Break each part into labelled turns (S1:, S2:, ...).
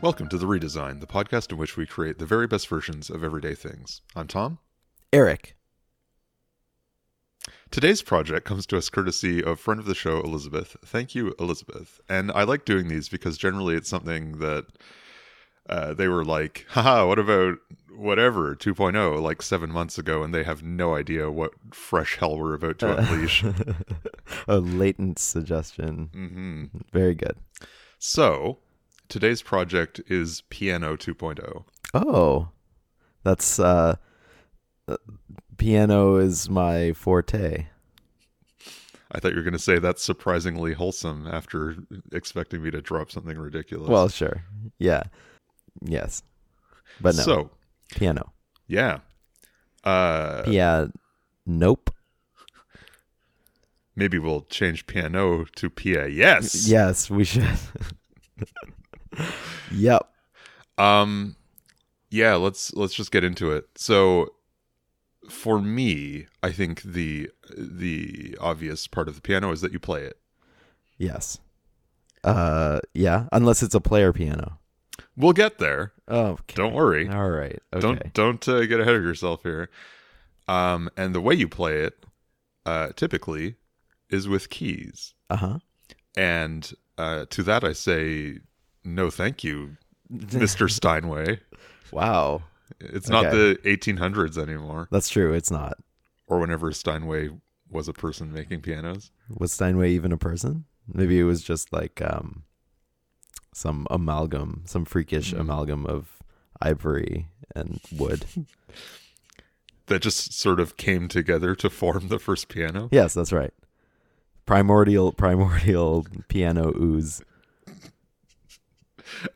S1: Welcome to The Redesign, the podcast in which we create the very best versions of everyday things. I'm Tom.
S2: Eric.
S1: Today's project comes to us courtesy of friend of the show, Elizabeth. Thank you, Elizabeth. And I like doing these because generally it's something that uh, they were like, haha, what about whatever 2.0 like seven months ago? And they have no idea what fresh hell we're about to unleash.
S2: a latent suggestion.
S1: hmm
S2: Very good.
S1: So today's project is Piano 2.0.
S2: Oh, that's uh, uh, piano is my forte.
S1: I thought you were going to say that's surprisingly wholesome after expecting me to drop something ridiculous.
S2: Well, sure. Yeah. Yes. But no,
S1: So,
S2: piano.
S1: yeah. Uh,
S2: Yeah. Nope.
S1: maybe we'll change piano to Pia. Yes.
S2: Yes, we should. yep.
S1: Um yeah, let's let's just get into it. So for me, I think the the obvious part of the piano is that you play it.
S2: Yes. Uh, yeah. Unless it's a player piano.
S1: We'll get there.
S2: Okay.
S1: Don't worry.
S2: All right. Okay.
S1: Oh, Don't don't uh, get ahead of yourself here. Um and the way you play it uh typically is with keys.
S2: Uh huh.
S1: And uh to that I say no thank you, Mr. Steinway.
S2: Wow.
S1: It's not
S2: Okay.
S1: the 1800s anymore.
S2: That's true. It's not.
S1: or whenever Steinway was a person making pianos.
S2: was Steinway even a person? Maybe it was just like um, some amalgam, some freakish
S1: Mm.
S2: amalgam of ivory and wood.
S1: That just sort of came together to form the first piano.
S2: yes, that's right. Primordial, primordial piano ooze.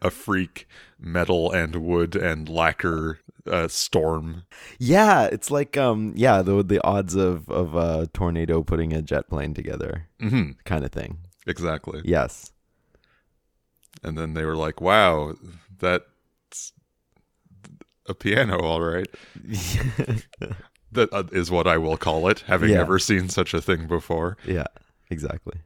S1: A freak metal and wood and lacquer uh, storm.
S2: Yeah, it's like um, yeah, the the odds of of a tornado putting a jet plane together,
S1: hmm
S2: kind of thing.
S1: exactly.
S2: Yes,
S1: And then they were like, wow, that's a piano, all right. That uh, is what I will call it, having
S2: Yeah.
S1: never seen such a thing before.
S2: yeah, exactly.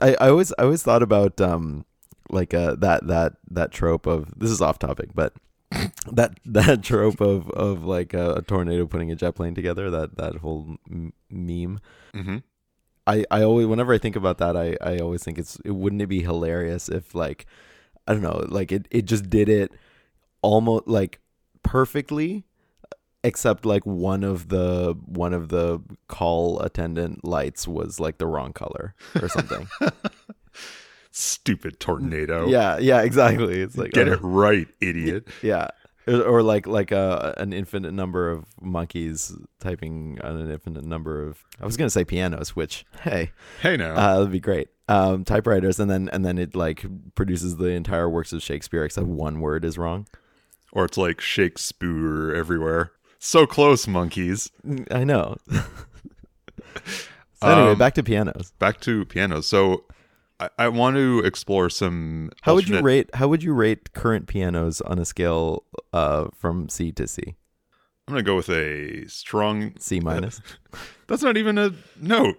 S2: I, I always I always thought about um like uh that that that trope of this is off topic but that that trope of of like uh, a, a tornado putting a jet plane together that that whole m- meme
S1: hmm
S2: I I always whenever I think about that I I always think it's it wouldn't it be hilarious if like I don't know like it it just did it almost like perfectly except like one of the one of the call attendant lights was like the wrong color or something.
S1: Stupid tornado.
S2: Yeah, yeah, exactly. It's like
S1: Oh. Get
S2: oh,
S1: it right, idiot.
S2: Yeah. Or or like like a an infinite number of monkeys typing on an infinite number of I was gonna say pianos, which hey,
S1: Hey now.
S2: uh, that'd be great. Um, typewriters, and then and then it like produces the entire works of Shakespeare except one word is wrong.
S1: or it's like Shakespeare everywhere. So close, monkeys.
S2: Mm, I know. so anyway,
S1: Um,
S2: back to pianos.
S1: back to piano. So I, I want to explore some.
S2: How would you
S1: alternate-
S2: rate how would you rate current pianos on a scale uh, from C to C?
S1: I'm gonna go with a strong.
S2: C minus.
S1: That's not even a note.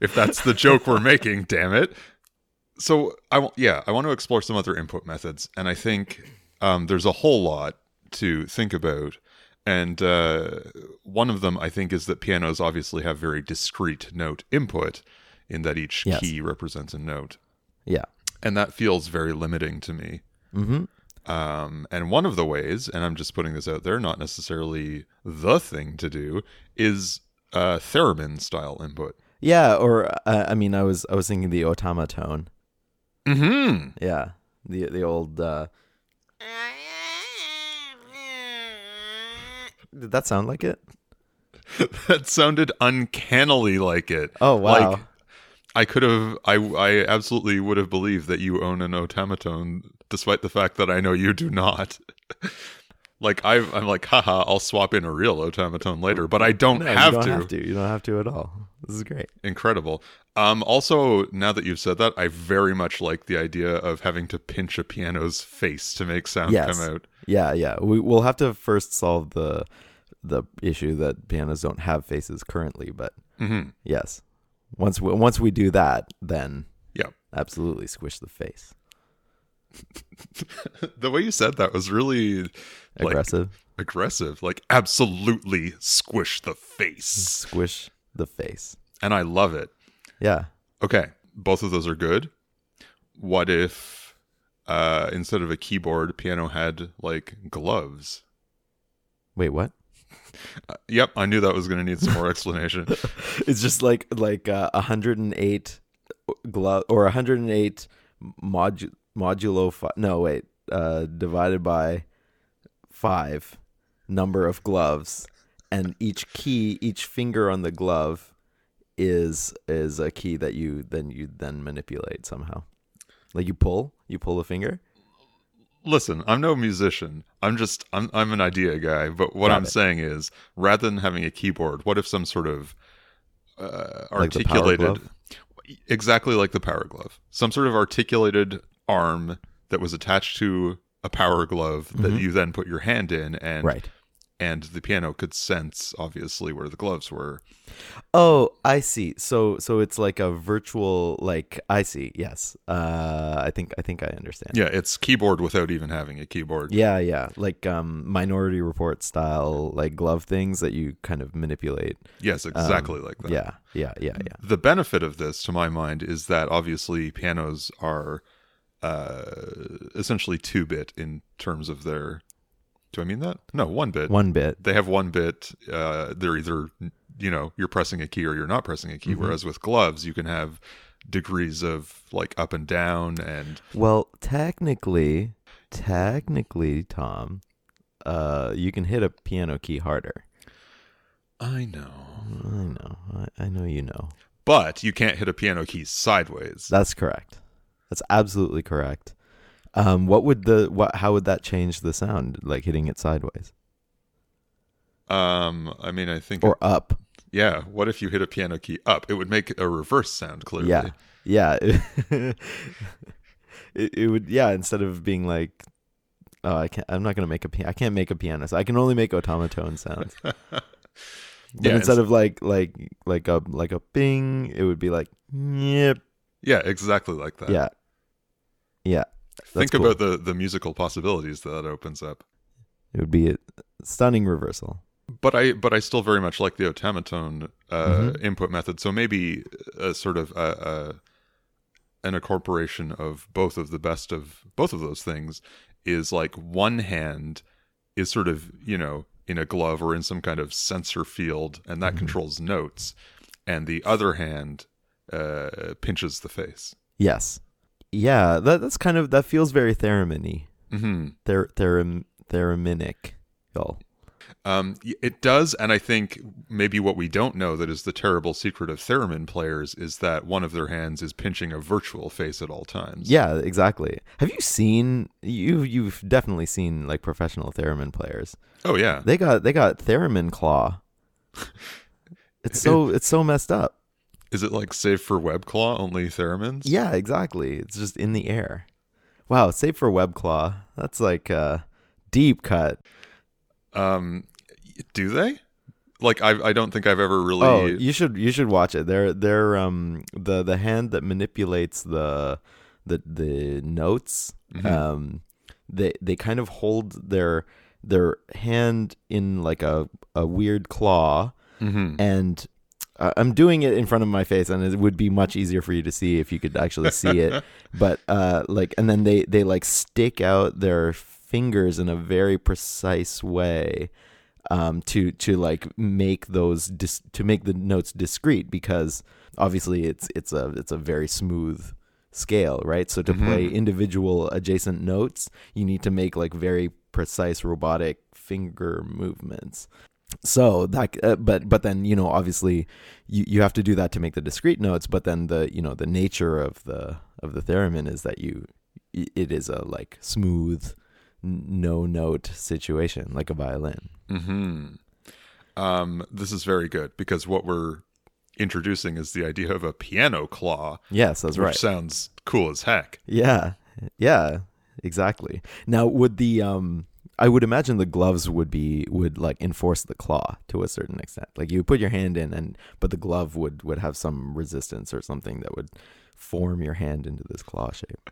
S1: if that's the joke we're making, damn it. So I w- yeah, I want to explore some other input methods, and I think um, there's a whole lot to think about. And uh, one of them, I think, is that pianos obviously have very discrete note input, in that each
S2: Yes.
S1: key represents a note,
S2: yeah.
S1: and that feels very limiting to me.
S2: Mm-hmm.
S1: Um, and one of the ways, and I'm just putting this out there, not necessarily the thing to do, is uh, theremin style input.
S2: Yeah, or uh, I mean, I was I was thinking the Otama tone.
S1: Mm-hmm.
S2: Yeah, the the old. Uh, did that sound like it?
S1: that sounded uncannily like it.
S2: Oh wow!
S1: Like, I could have, I, I absolutely would have believed that you own an automaton, despite the fact that I know you do not. like i I'm like, haha, I'll swap in a real automaton later, but I don't,
S2: no,
S1: have,
S2: you don't
S1: to.
S2: have to. You don't have to at all. This is great.
S1: incredible um also now that you've said that i very much like the idea of having to pinch a piano's face to make sound
S2: Yes.
S1: come out
S2: Yeah, yeah. We we'll have to first solve the the issue that pianos don't have faces currently, but
S1: hmm
S2: yes. Once we, once we do that, then
S1: Yeah.
S2: absolutely squish the face.
S1: the way you said that was really like,
S2: Aggressive.
S1: aggressive, like absolutely squish the face.
S2: Squish the face.
S1: And I love it.
S2: Yeah.
S1: Okay, both of those are good. What if uh instead of a keyboard, piano had like gloves?
S2: Wait, what?
S1: Uh, yep, I knew that was going to need some more explanation.
S2: It's just like like uh, 108 glove or 108 modu- modulo fi- no wait uh divided by 5 number of gloves and each key each finger on the glove is is a key that you then you then manipulate somehow. Like you pull, you pull the finger.
S1: Listen, I'm no musician. I'm just I'm I'm an idea guy, but what
S2: Got
S1: I'm
S2: it.
S1: saying is rather than having a keyboard, what if some sort of uh,
S2: Like the power
S1: articulated
S2: glove?
S1: exactly like the power glove. Some sort of articulated arm that was attached to a power glove that you then put your hand in and
S2: Mm-hmm. Right.
S1: and the piano could sense obviously where the gloves were.
S2: Oh, I see. So so it's like a virtual like I see. Yes. Uh I think I think I understand.
S1: Yeah, it's keyboard without even having a keyboard.
S2: Yeah, yeah. Like um minority report style like glove things that you kind of manipulate.
S1: Yes,
S2: Um,
S1: exactly like that.
S2: Yeah. Yeah, yeah, yeah.
S1: The benefit of this, to my mind, is that obviously pianos are uh, essentially two bit in terms of their. Do I mean that? No, one bit.
S2: One bit.
S1: They have one bit. Uh, they're either, you know, you're pressing a key or you're not pressing a key.
S2: Mhm.
S1: Whereas with gloves, you can have degrees of like up and down and
S2: Well, technically, technically, Tom, uh you can hit a piano key harder.
S1: I know.
S2: I know. I, I know you know.
S1: But you can't hit a piano key sideways.
S2: That's correct. That's absolutely correct. Um, what would the what? How would that change the sound? Like hitting it sideways
S1: Um, I mean, I think,
S2: or up?
S1: yeah. What if you hit a piano key up? It would make a reverse sound clearly.
S2: Yeah, yeah. it, it would. Yeah, instead of being like, oh, I can't. I'm not gonna make a. pi- I can't make a piano. So I can only make automaton sounds. But
S1: Yeah,
S2: instead of like like like a like a bing, it would be like yep.
S1: Yeah, exactly like that.
S2: Yeah, yeah.
S1: Think
S2: that's cool.
S1: about the the musical possibilities that that opens up.
S2: It would be a stunning reversal.
S1: But I but I still very much like the automaton uh,
S2: Mhm.
S1: input method. So maybe a sort of a, a an incorporation of both of the best of both of those things is like one hand is sort of you know in a glove or in some kind of sensor field, and that
S2: Mhm.
S1: controls notes, and the other hand uh, pinches the face.
S2: Yes. Yeah, that that's kind of that feels very theremin-y.
S1: hmm
S2: Ther, theremin thereminic. Y'all.
S1: Um, y- it does, and I think maybe what we don't know that is the terrible secret of theremin players is that one of their hands is pinching a virtual face at all times.
S2: Yeah, exactly. Have you seen you you've definitely seen like professional theremin players.
S1: Oh yeah.
S2: They got they got theremin claw. It's so it's so messed up.
S1: Is it like save for web claw only theremins?
S2: Yeah, exactly. It's just in the air. Wow, save for web claw. That's like a deep cut.
S1: Um, y- do they? Like I, I don't think I've ever really.
S2: Oh, you should you should watch it. They're they're um the the hand that manipulates the the the notes.
S1: Mhm.
S2: Um, they they kind of hold their their hand in like a a weird claw,
S1: Mhm.
S2: and uh, I'm doing it in front of my face, and it would be much easier for you to see if you could actually see it. but uh, like, and then they they like stick out their fingers in a very precise way um, to to like make those dis- to make the notes discrete because obviously it's it's a it's a very smooth scale, right? So to play individual adjacent notes, you need to make like very precise robotic finger movements. So that, uh, but but then you know obviously you, you have to do that to make the discrete notes. But then the you know the nature of the of the theremin is that you it is a like smooth no note situation like a violin.
S1: hmm Um, this is very good because what we're introducing is the idea of a piano claw,
S2: Yes, that's
S1: which
S2: right.
S1: sounds cool as heck.
S2: Yeah, yeah, exactly. Now, would the um I would imagine the gloves would be would like enforce the claw to a certain extent. Like you put your hand in, and but the glove would would have some resistance or something that would form your hand into this claw shape.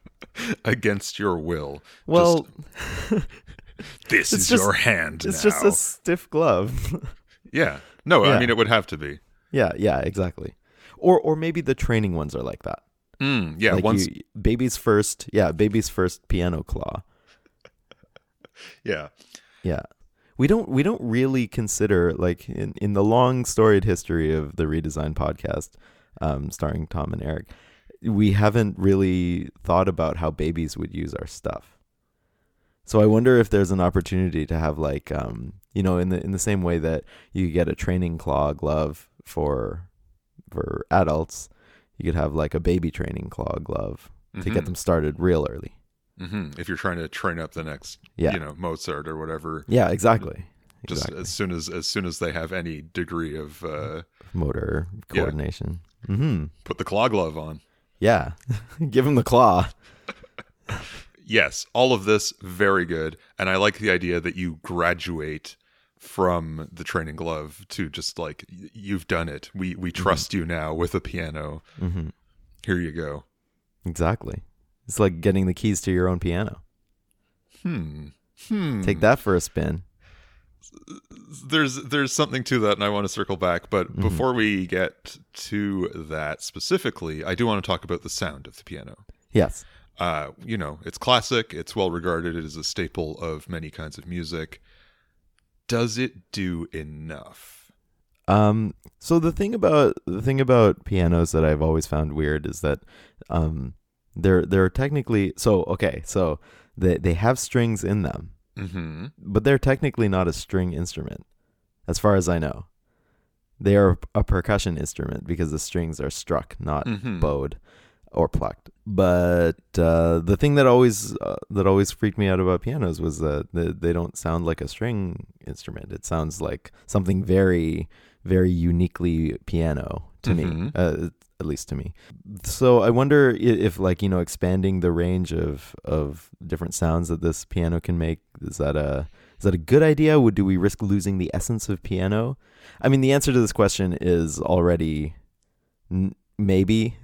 S1: against your will.
S2: Well,
S1: Just, this
S2: it's
S1: is
S2: just-
S1: your hand.
S2: it's
S1: now.
S2: just a stiff glove.
S1: yeah. No, I
S2: Yeah.
S1: mean it would have to be.
S2: yeah, yeah, exactly. Or or maybe the training ones are like that.
S1: Mm, yeah.
S2: like
S1: once.
S2: you, baby's first, yeah, baby's first piano claw.
S1: Yeah.
S2: Yeah. We don't we don't really consider like in, in the long storied history of the redesign podcast, um, starring Tom and Eric, we haven't really thought about how babies would use our stuff. So I wonder if there's an opportunity to have like um, you know, in the in the same way that you get a training claw glove for for adults, you could have like a baby training claw glove to get them started real early.
S1: hmm If you're trying to train up the next,
S2: Yeah.
S1: you know, Mozart or whatever,
S2: Yeah, exactly.
S1: just uh,
S2: exactly.
S1: as soon as as soon as they have any degree of uh,
S2: motor
S1: Yeah.
S2: coordination. Mm-hmm.
S1: put the claw glove on.
S2: Yeah. Give him the claw.
S1: Yes, all of this very good, and I like the idea that you graduate from the training glove to just like y- you've done it. We we
S2: Mm-hmm.
S1: trust you now with a piano.
S2: hmm
S1: Here you go.
S2: Exactly. It's like getting the keys to your own piano.
S1: Hmm. Hmm.
S2: Take that for a spin.
S1: there's there's something to that and I want to circle back but
S2: Mm-hmm.
S1: before we get to that specifically I do want to talk about the sound of the piano
S2: Yes.
S1: uh you know it's classic it's well regarded it is a staple of many kinds of music does it do enough
S2: Um, so the thing about the thing about pianos that I've always found weird is that um, they're they're technically so okay so they they have strings in them,
S1: mm-hmm
S2: but they're technically not a string instrument, as far as I know. They are a percussion instrument because the strings are struck, not
S1: mm-hmm
S2: bowed or plucked. But uh, the thing that always uh, that always freaked me out about pianos was that the, they don't sound like a string instrument. It sounds like something very, very uniquely piano to me,
S1: Mhm.
S2: uh, at least to me. So I wonder i- if, like, you know, expanding the range of of different sounds that this piano can make is that a is that a good idea? Would do we risk losing the essence of piano? I mean, the answer to this question is already n- maybe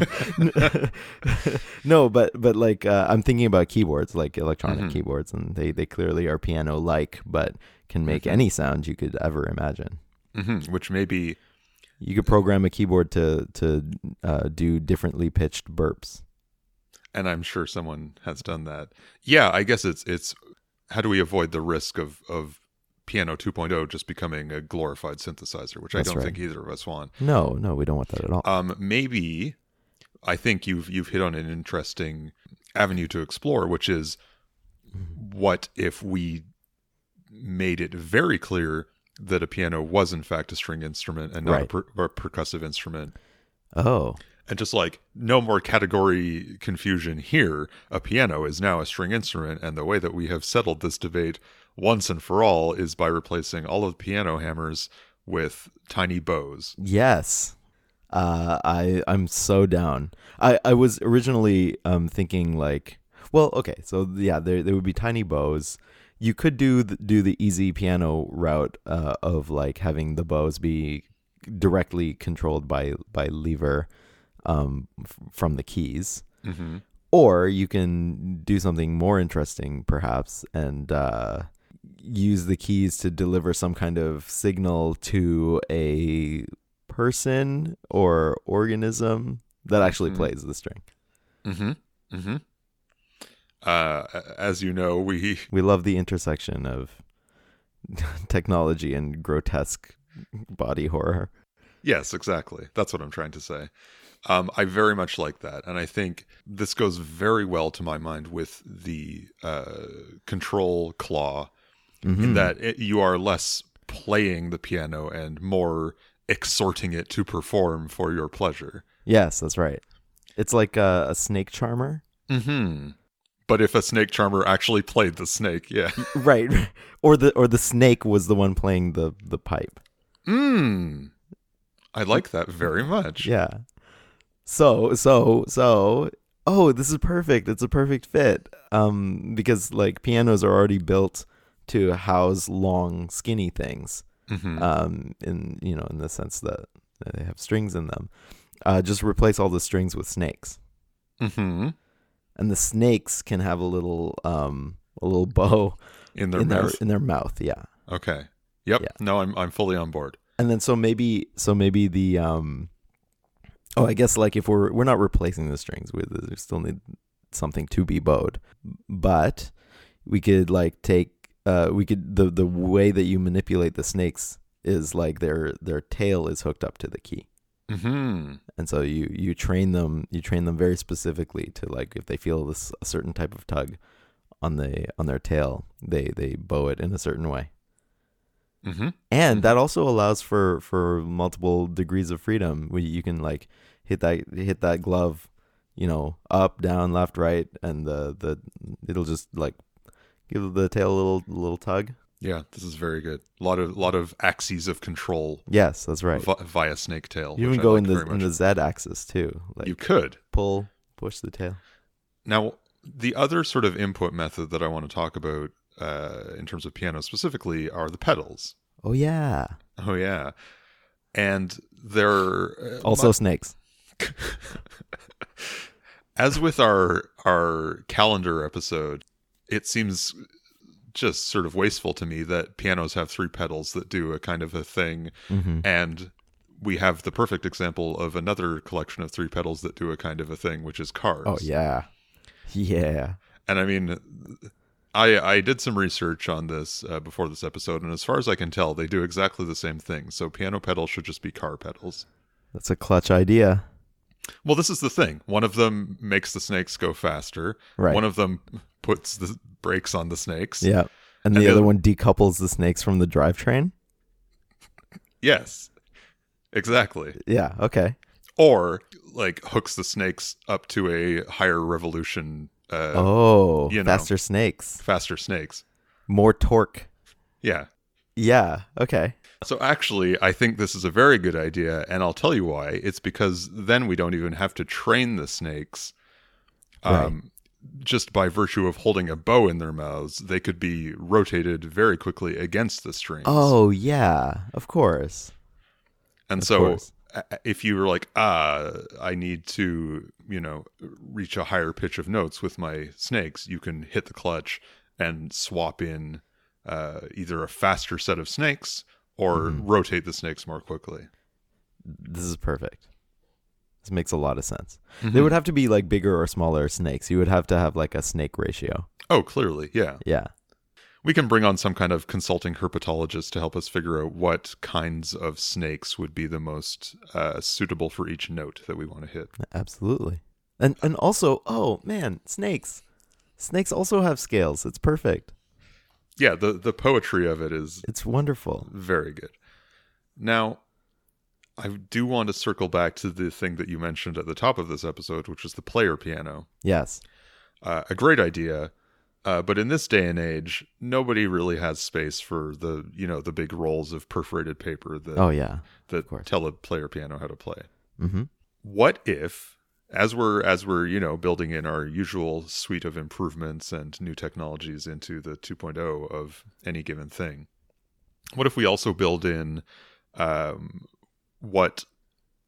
S2: no but but like uh, i'm thinking about keyboards like electronic
S1: Mhm.
S2: keyboards and they they clearly are piano like but can make
S1: Mhm.
S2: any sound you could ever imagine
S1: mm-hmm which may be
S2: you could program a keyboard to to uh, do differently pitched burps
S1: and I'm sure someone has done that yeah I guess it's it's how do we avoid the risk of of piano 2.0 just becoming a glorified synthesizer which
S2: That's
S1: I don't
S2: right.
S1: think either of us want
S2: no no we don't want that at all
S1: um, maybe I think you've you've hit on an interesting avenue to explore, which is what if we made it very clear that a piano was in fact a string instrument and not a,
S2: Right.
S1: per- or a percussive instrument,
S2: oh
S1: and just like no more category confusion here, a piano is now a string instrument, and the way that we have settled this debate once and for all is by replacing all of piano hammers with tiny bows.
S2: Yes. Uh, I I'm so down. I, I was originally um thinking like, well, okay, so yeah, there there would be tiny bows. You could do the, do the easy piano route uh, of like having the bows be directly controlled by by lever um f- from the keys
S1: hmm
S2: or you can do something more interesting perhaps and uh, use the keys to deliver some kind of signal to a person or organism that actually
S1: Mhm.
S2: plays the string
S1: Mm-hmm. Mm-hmm. Uh, as you know, we
S2: we love the intersection of technology and grotesque body horror
S1: yes, exactly. That's what I'm trying to say. Um, I very much like that, and I think this goes very well to my mind with the uh, control claw. In
S2: Mhm.
S1: that it, you are less playing the piano and more exhorting it to perform for your pleasure.
S2: yes that's right it's like a, a snake charmer
S1: Mm-hmm. But if a snake charmer actually played the snake, yeah.
S2: right or the or the snake was the one playing the the pipe
S1: Mm. I like that very much.
S2: Yeah. So so so oh, this is perfect. It's a perfect fit. Um, because like pianos are already built to house long, skinny things.
S1: Mhm.
S2: Um, in you know, in the sense that they have strings in them. Uh, just replace all the strings with snakes,
S1: Mhm.
S2: and the snakes can have a little um a little bow
S1: in their
S2: in
S1: mouth.
S2: their in their mouth. Yeah.
S1: Okay. Yep.
S2: Yeah.
S1: No, I'm I'm fully on board.
S2: and then so maybe so maybe the um oh i guess like if we're we're not replacing the strings we, we still need something to be bowed but we could like take uh we could the the way that you manipulate the snakes is like their their tail is hooked up to the key
S1: hmm
S2: and so you you train them you train them very specifically to like if they feel this a certain type of tug on the on their tail they they bow it in a certain way
S1: hmm
S2: and
S1: Mhm.
S2: that also allows for for multiple degrees of freedom where you can like hit that hit that glove you know up down left right and the the it'll just like give the tail a little little tug
S1: Yeah, this is very good. A lot of lot of axes of control
S2: yes that's right
S1: vi- via snake tail.
S2: you
S1: which
S2: even
S1: I
S2: go
S1: like
S2: in the
S1: very
S2: in
S1: much.
S2: the z axis too like
S1: you could.
S2: pull push the tail
S1: Now, the other sort of input method that I want to talk about uh, in terms of piano specifically are the pedals.
S2: oh yeah
S1: Oh yeah, and they're uh,
S2: also snakes
S1: as with our our calendar episode, it seems just sort of wasteful to me that pianos have three pedals that do a kind of a thing
S2: hmm
S1: and we have the perfect example of another collection of three pedals that do a kind of a thing which is cars.
S2: oh yeah yeah
S1: And I mean I I did some research on this uh, before this episode and as far as I can tell they do exactly the same thing. So piano pedals should just be car pedals.
S2: that's a clutch idea
S1: Well, this is the thing. One of them makes the snakes go faster.
S2: Right.
S1: One of them puts the brakes on the snakes.
S2: yeah and
S1: And
S2: the
S1: the
S2: other
S1: other-
S2: one decouples the snakes from the drivetrain
S1: Yes. Exactly.
S2: yeah okay
S1: Or like hooks the snakes up to a higher revolution uh
S2: Oh,
S1: you know.
S2: faster snakes,
S1: faster snakes.
S2: more torque.
S1: Yeah.
S2: Yeah. Okay.
S1: So actually, I think this is a very good idea, and I'll tell you why. It's because then we don't even have to train the snakes. Um, Just by virtue of holding a bow in their mouths, they could be rotated very quickly against the strings.
S2: Oh yeah, of course.
S1: and
S2: of
S1: so
S2: course.
S1: a- a- if you were like, ah, I need to, you know, reach a higher pitch of notes with my snakes, you can hit the clutch and swap in uh, either a faster set of snakes or
S2: Mm-hmm.
S1: rotate the snakes more quickly.
S2: This is perfect. This makes a lot of sense.
S1: Mm-hmm.
S2: They would have to be like bigger or smaller snakes. You would have to have like a snake ratio.
S1: Oh, clearly, yeah.
S2: Yeah.
S1: We can bring on some kind of consulting herpetologist to help us figure out what kinds of snakes would be the most uh, suitable for each note that we want to hit.
S2: Absolutely. And and also, oh man, snakes. Snakes also have scales. It's perfect.
S1: Yeah, the the poetry of it is
S2: It's wonderful.
S1: very good. Now, I do want to circle back to the thing that you mentioned at the top of this episode, which is the player piano.
S2: Yes.
S1: Uh, a great idea, uh, but in this day and age, nobody really has space for the you know the big rolls of perforated paper that
S2: Oh yeah.
S1: that
S2: course.
S1: tell a player piano how to play.
S2: Mm-hmm.
S1: what if as we're as we're you know building in our usual suite of improvements and new technologies into the 2.0 of any given thing what if we also build in um, what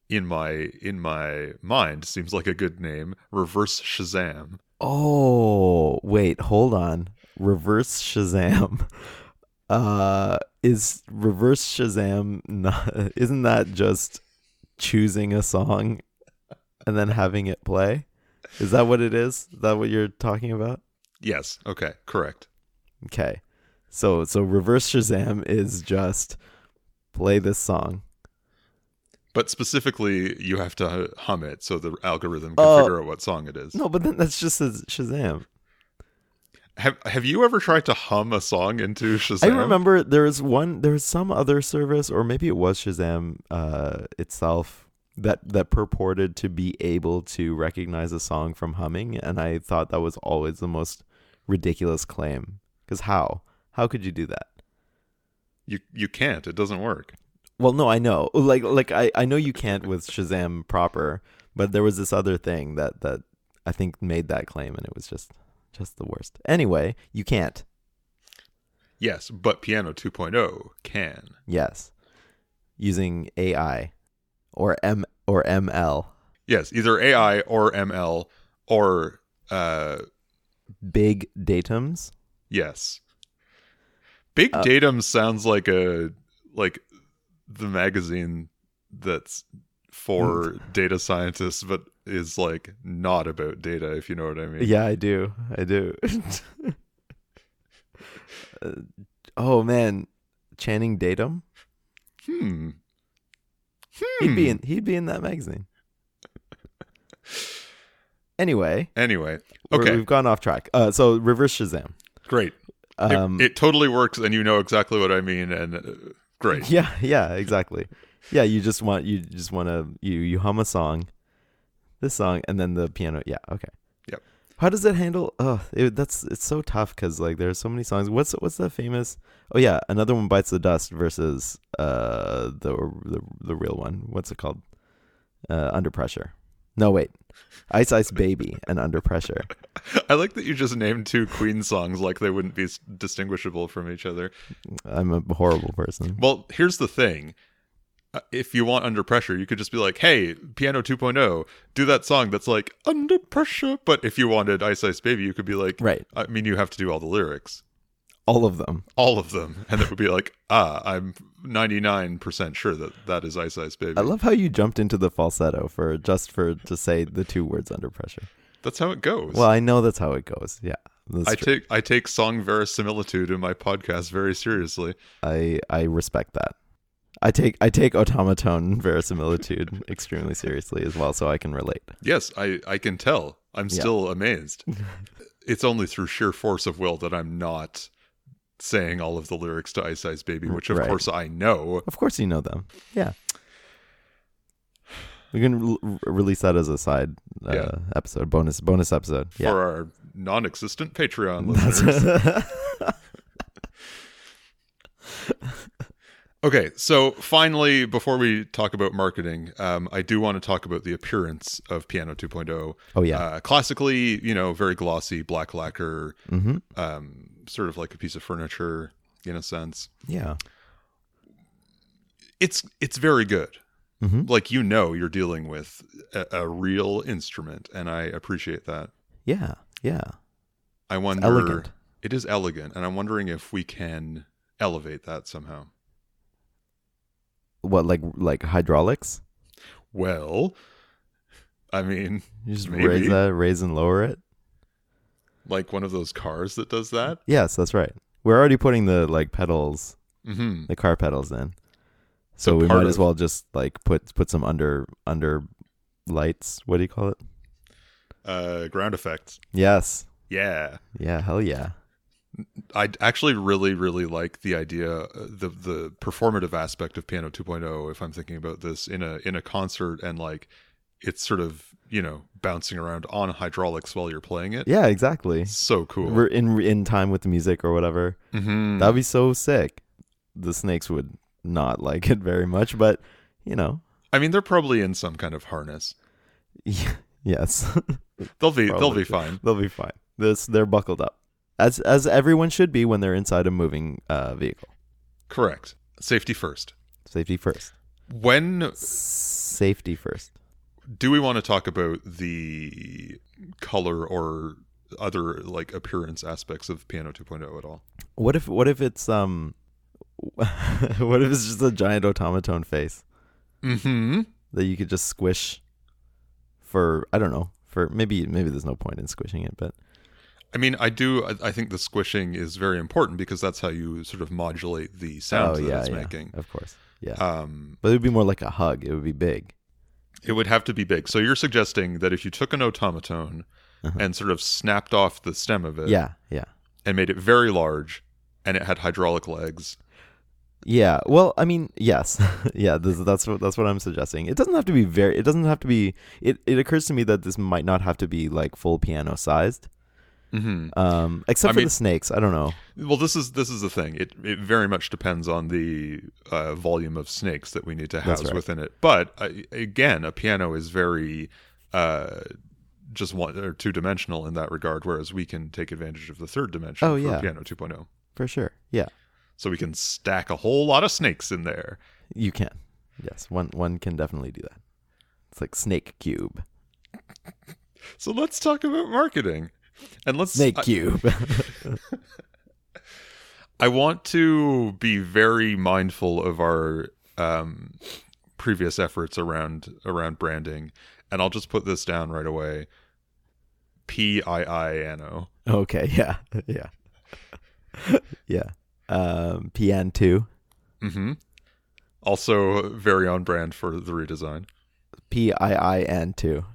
S1: in my in my mind seems like a good name reverse shazam
S2: Oh, wait, hold on. Reverse Shazam. Uh is reverse Shazam not isn't that just choosing a song and then having it play? Is that what it is? Is that what you're talking about?
S1: yes okay correct
S2: Okay. So so reverse Shazam is just play this song.
S1: but specifically you have to hum it so the algorithm can
S2: Oh.
S1: figure out what song it is
S2: No, but then that's just a Shazam.
S1: have, have you ever tried to hum a song into shazam
S2: I remember there was one, there was some other service, or maybe it was Shazam uh, itself that that purported to be able to recognize a song from humming, and I thought that was always the most ridiculous claim. Because how how could you do that?
S1: you you can't it doesn't work
S2: Well, no, I know, like like I I know you can't with Shazam proper, but there was this other thing that that I think made that claim and it was just just the worst. Anyway, you can't.
S1: Yes, but Piano 2.0 can.
S2: Yes. Using AI or M or ML.
S1: Yes, either AI or ML or uh
S2: Big datums.
S1: yes. Big
S2: Uh,
S1: Datum sounds like a like the magazine that's for
S2: Hmm.
S1: data scientists but is like not about data if you know what I mean.
S2: Yeah, I do. I do. Uh, oh man, Channing Datum?
S1: Hmm.
S2: He'd be in he'd be in that magazine. Anyway,
S1: Anyway,
S2: we're-
S1: Okay.
S2: we've gone off track. Uh, so reverse Shazam.
S1: great. It-
S2: Um,
S1: it, totally works, and you know exactly what I mean, and uh, great.
S2: Yeah, yeah, exactly. yeah, you just want you just want to you you hum a song, this song, and then the piano. Yeah, okay.
S1: Yep.
S2: How does it handle? Oh, it, that's it's so tough because like there's so many songs. What's what's that famous? Oh yeah, another one bites the dust versus uh the the the real one. What's it called? Uh, under pressure. No wait, Ice Ice Baby and Under Pressure.
S1: I like that you just named two Queen songs like they wouldn't be s- distinguishable from each other.
S2: I'm a horrible person.
S1: Well, here's the thing. Uh, If you want under pressure, you could just be like, "Hey, Piano 2.0, do that song that's like under pressure." But if you wanted Ice Ice Baby, you could be like,
S2: Right,
S1: "I mean, you have to do all the lyrics,
S2: all of them.
S1: all of them," and it would be like, "Ah, I'm 99% sure that that is Ice Ice Baby."
S2: I love how you jumped into the falsetto for just for to say the two words under pressure.
S1: that's how it goes.
S2: Well, I know that's how it goes. Yeah, that's
S1: I
S2: true.
S1: take I take song verisimilitude in my podcast very seriously.
S2: I I respect that. I take I take automaton verisimilitude extremely seriously as well, so I can relate.
S1: Yes, I I can tell. I'm
S2: Yeah.
S1: still amazed. it's only through sheer force of will that I'm not saying all of the lyrics to Ice Ice Baby, which of
S2: Right.
S1: course I know.
S2: Of course, you know them. Yeah, we can re- re- release that as a side uh,
S1: Yeah.
S2: episode, bonus bonus episode.
S1: For
S2: Yeah,
S1: our non-existent Patreon
S2: That's-
S1: listeners. okay, so finally, before we talk about marketing, um, I do want to talk about the appearance of Piano 2.0.
S2: oh yeah.
S1: Uh, classically, you know, very glossy black lacquer,
S2: mm-hmm.
S1: um, sort of like a piece of furniture in a sense.
S2: Yeah.
S1: It's it's very good.
S2: Mm-hmm.
S1: like you know you're dealing with a, a real instrument and i appreciate that
S2: Yeah. Yeah.
S1: i wonder
S2: Elegant.
S1: it is elegant and i'm wondering if we can elevate that somehow
S2: What like like hydraulics?
S1: well i mean
S2: You just
S1: Maybe.
S2: raise that, raise and lower it.
S1: like one of those cars that does that
S2: Yes, that's right. We're already putting the like pedals,
S1: hmm
S2: the car pedals in. So,
S1: So
S2: we
S1: part
S2: might as
S1: of-
S2: well just like put put some under under lights. What do you call it?
S1: uh ground effects
S2: Yes.
S1: yeah
S2: Yeah. Hell yeah.
S1: i actually really really like the idea uh, the the performative aspect of piano 2.0 if i'm thinking about this in a in a concert and like it's sort of you know bouncing around on hydraulics while you're playing it
S2: Yeah. Exactly.
S1: so cool
S2: We're in in time with the music or whatever.
S1: Mm-hmm.
S2: That'd be so sick. The snakes would not like it very much, but you know,
S1: I mean, they're probably in some kind of harness.
S2: yes,
S1: They'll be they'll
S2: Probably.
S1: be fine.
S2: they'll be fine. This they're buckled up, as as everyone should be when they're inside a moving uh, vehicle.
S1: Correct. Safety first.
S2: Safety first.
S1: When
S2: Safety first.
S1: do we want to talk about the color or other like appearance aspects of Piano 2.0 at all?
S2: What if what if it's um what if it's just a giant automaton face
S1: Mm-hmm.
S2: that you could just squish for I don't know, for maybe maybe there's no point in squishing it, but
S1: I mean, I do. I, I think the squishing is very important because that's how you sort of modulate the sounds
S2: oh
S1: that
S2: yeah,
S1: it's
S2: yeah,
S1: making.
S2: Of course. Yeah.
S1: Um,
S2: but it would be more like a hug. It would be big.
S1: It would have to be big. So you're suggesting that if you took an automaton
S2: Uh-huh.
S1: and sort of snapped off the stem of it
S2: yeah, yeah.
S1: and made it very large and it had hydraulic legs.
S2: Yeah. Well, I mean, yes. yeah, this, that's what that's what I'm suggesting. It doesn't have to be very it doesn't have to be it, it occurs to me that this might not have to be like full piano sized.
S1: hmm
S2: Um except
S1: I
S2: for
S1: mean-
S2: the snakes, I don't know.
S1: Well, this is this is the thing. It it very much depends on the uh, volume of snakes that we need to
S2: That's
S1: house
S2: right.
S1: within it. But uh, again, a piano is very uh, just one or two dimensional in that regard, whereas we can take advantage of the third dimension
S2: Oh,
S1: for
S2: yeah.
S1: piano 2.0.
S2: for sure. Yeah,
S1: So we can stack a whole lot of snakes in there.
S2: you can. Yes, one one can definitely do that. It's like Snake Cube,
S1: So let's talk about marketing. And let's
S2: Snake
S1: I-
S2: Cube.
S1: I want to be very mindful of our um, previous efforts around around branding, and I'll just put this down right away. P I I N O.
S2: okay, yeah, yeah, yeah. Um, PN two,
S1: Mm-hmm. Also very on brand for the redesign.
S2: P I I N two.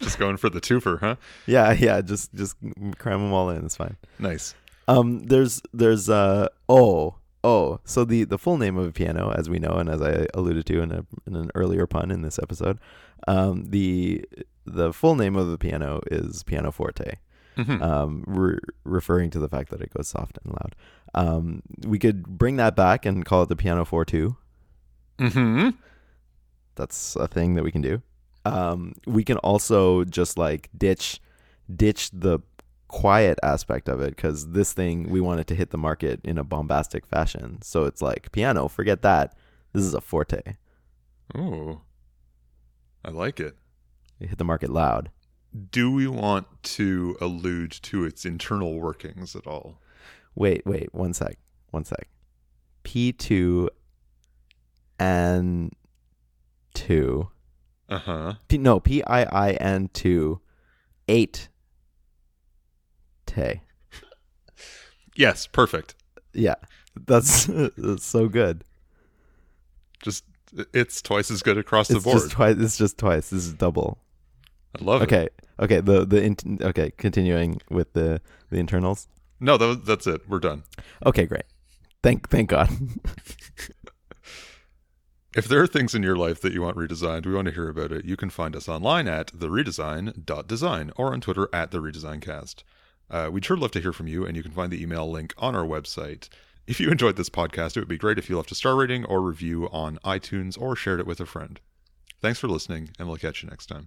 S1: Just going for the twofer, huh?
S2: Yeah, yeah. Just just cram them all in. It's fine.
S1: Nice.
S2: Um, there's there's uh oh oh. So the the full name of a piano, as we know, and as I alluded to in a in an earlier pun in this episode, um, the the full name of the piano is pianoforte,
S1: Mhm.
S2: um, re- referring to the fact that it goes soft and loud. Um, we could bring that back and call it the piano four two.
S1: Mm-hmm.
S2: That's a thing that we can do. Um, we can also just like ditch ditch the quiet aspect of it because this thing we wanted to hit the market in a bombastic fashion. So it's like piano, forget that. This is a forte.
S1: Ooh, I like it.
S2: It hit the market loud.
S1: Do we want to allude to its internal workings at all?
S2: Wait, wait, one sec, one sec. P two and two.
S1: Uh huh.
S2: P, no, P I I N two eight. Te.
S1: Yes, perfect.
S2: Yeah, that's, that's so good.
S1: Just it's twice as good across the
S2: It's
S1: board.
S2: just twice. It's just twice. This is double.
S1: I love it.
S2: Okay. Okay. The the int- okay. Continuing with the the internals.
S1: No, that, that's it. We're done.
S2: Okay. Great. Thank thank God.
S1: If there are things in your life that you want redesigned, we want to hear about it. You can find us online at theredesign.design or on Twitter at theredesigncast. Uh, we'd sure love to hear from you, and you can find the email link on our website. If you enjoyed this podcast, it would be great if you left a star rating or review on iTunes or shared it with a friend. Thanks for listening, and we'll catch you next time.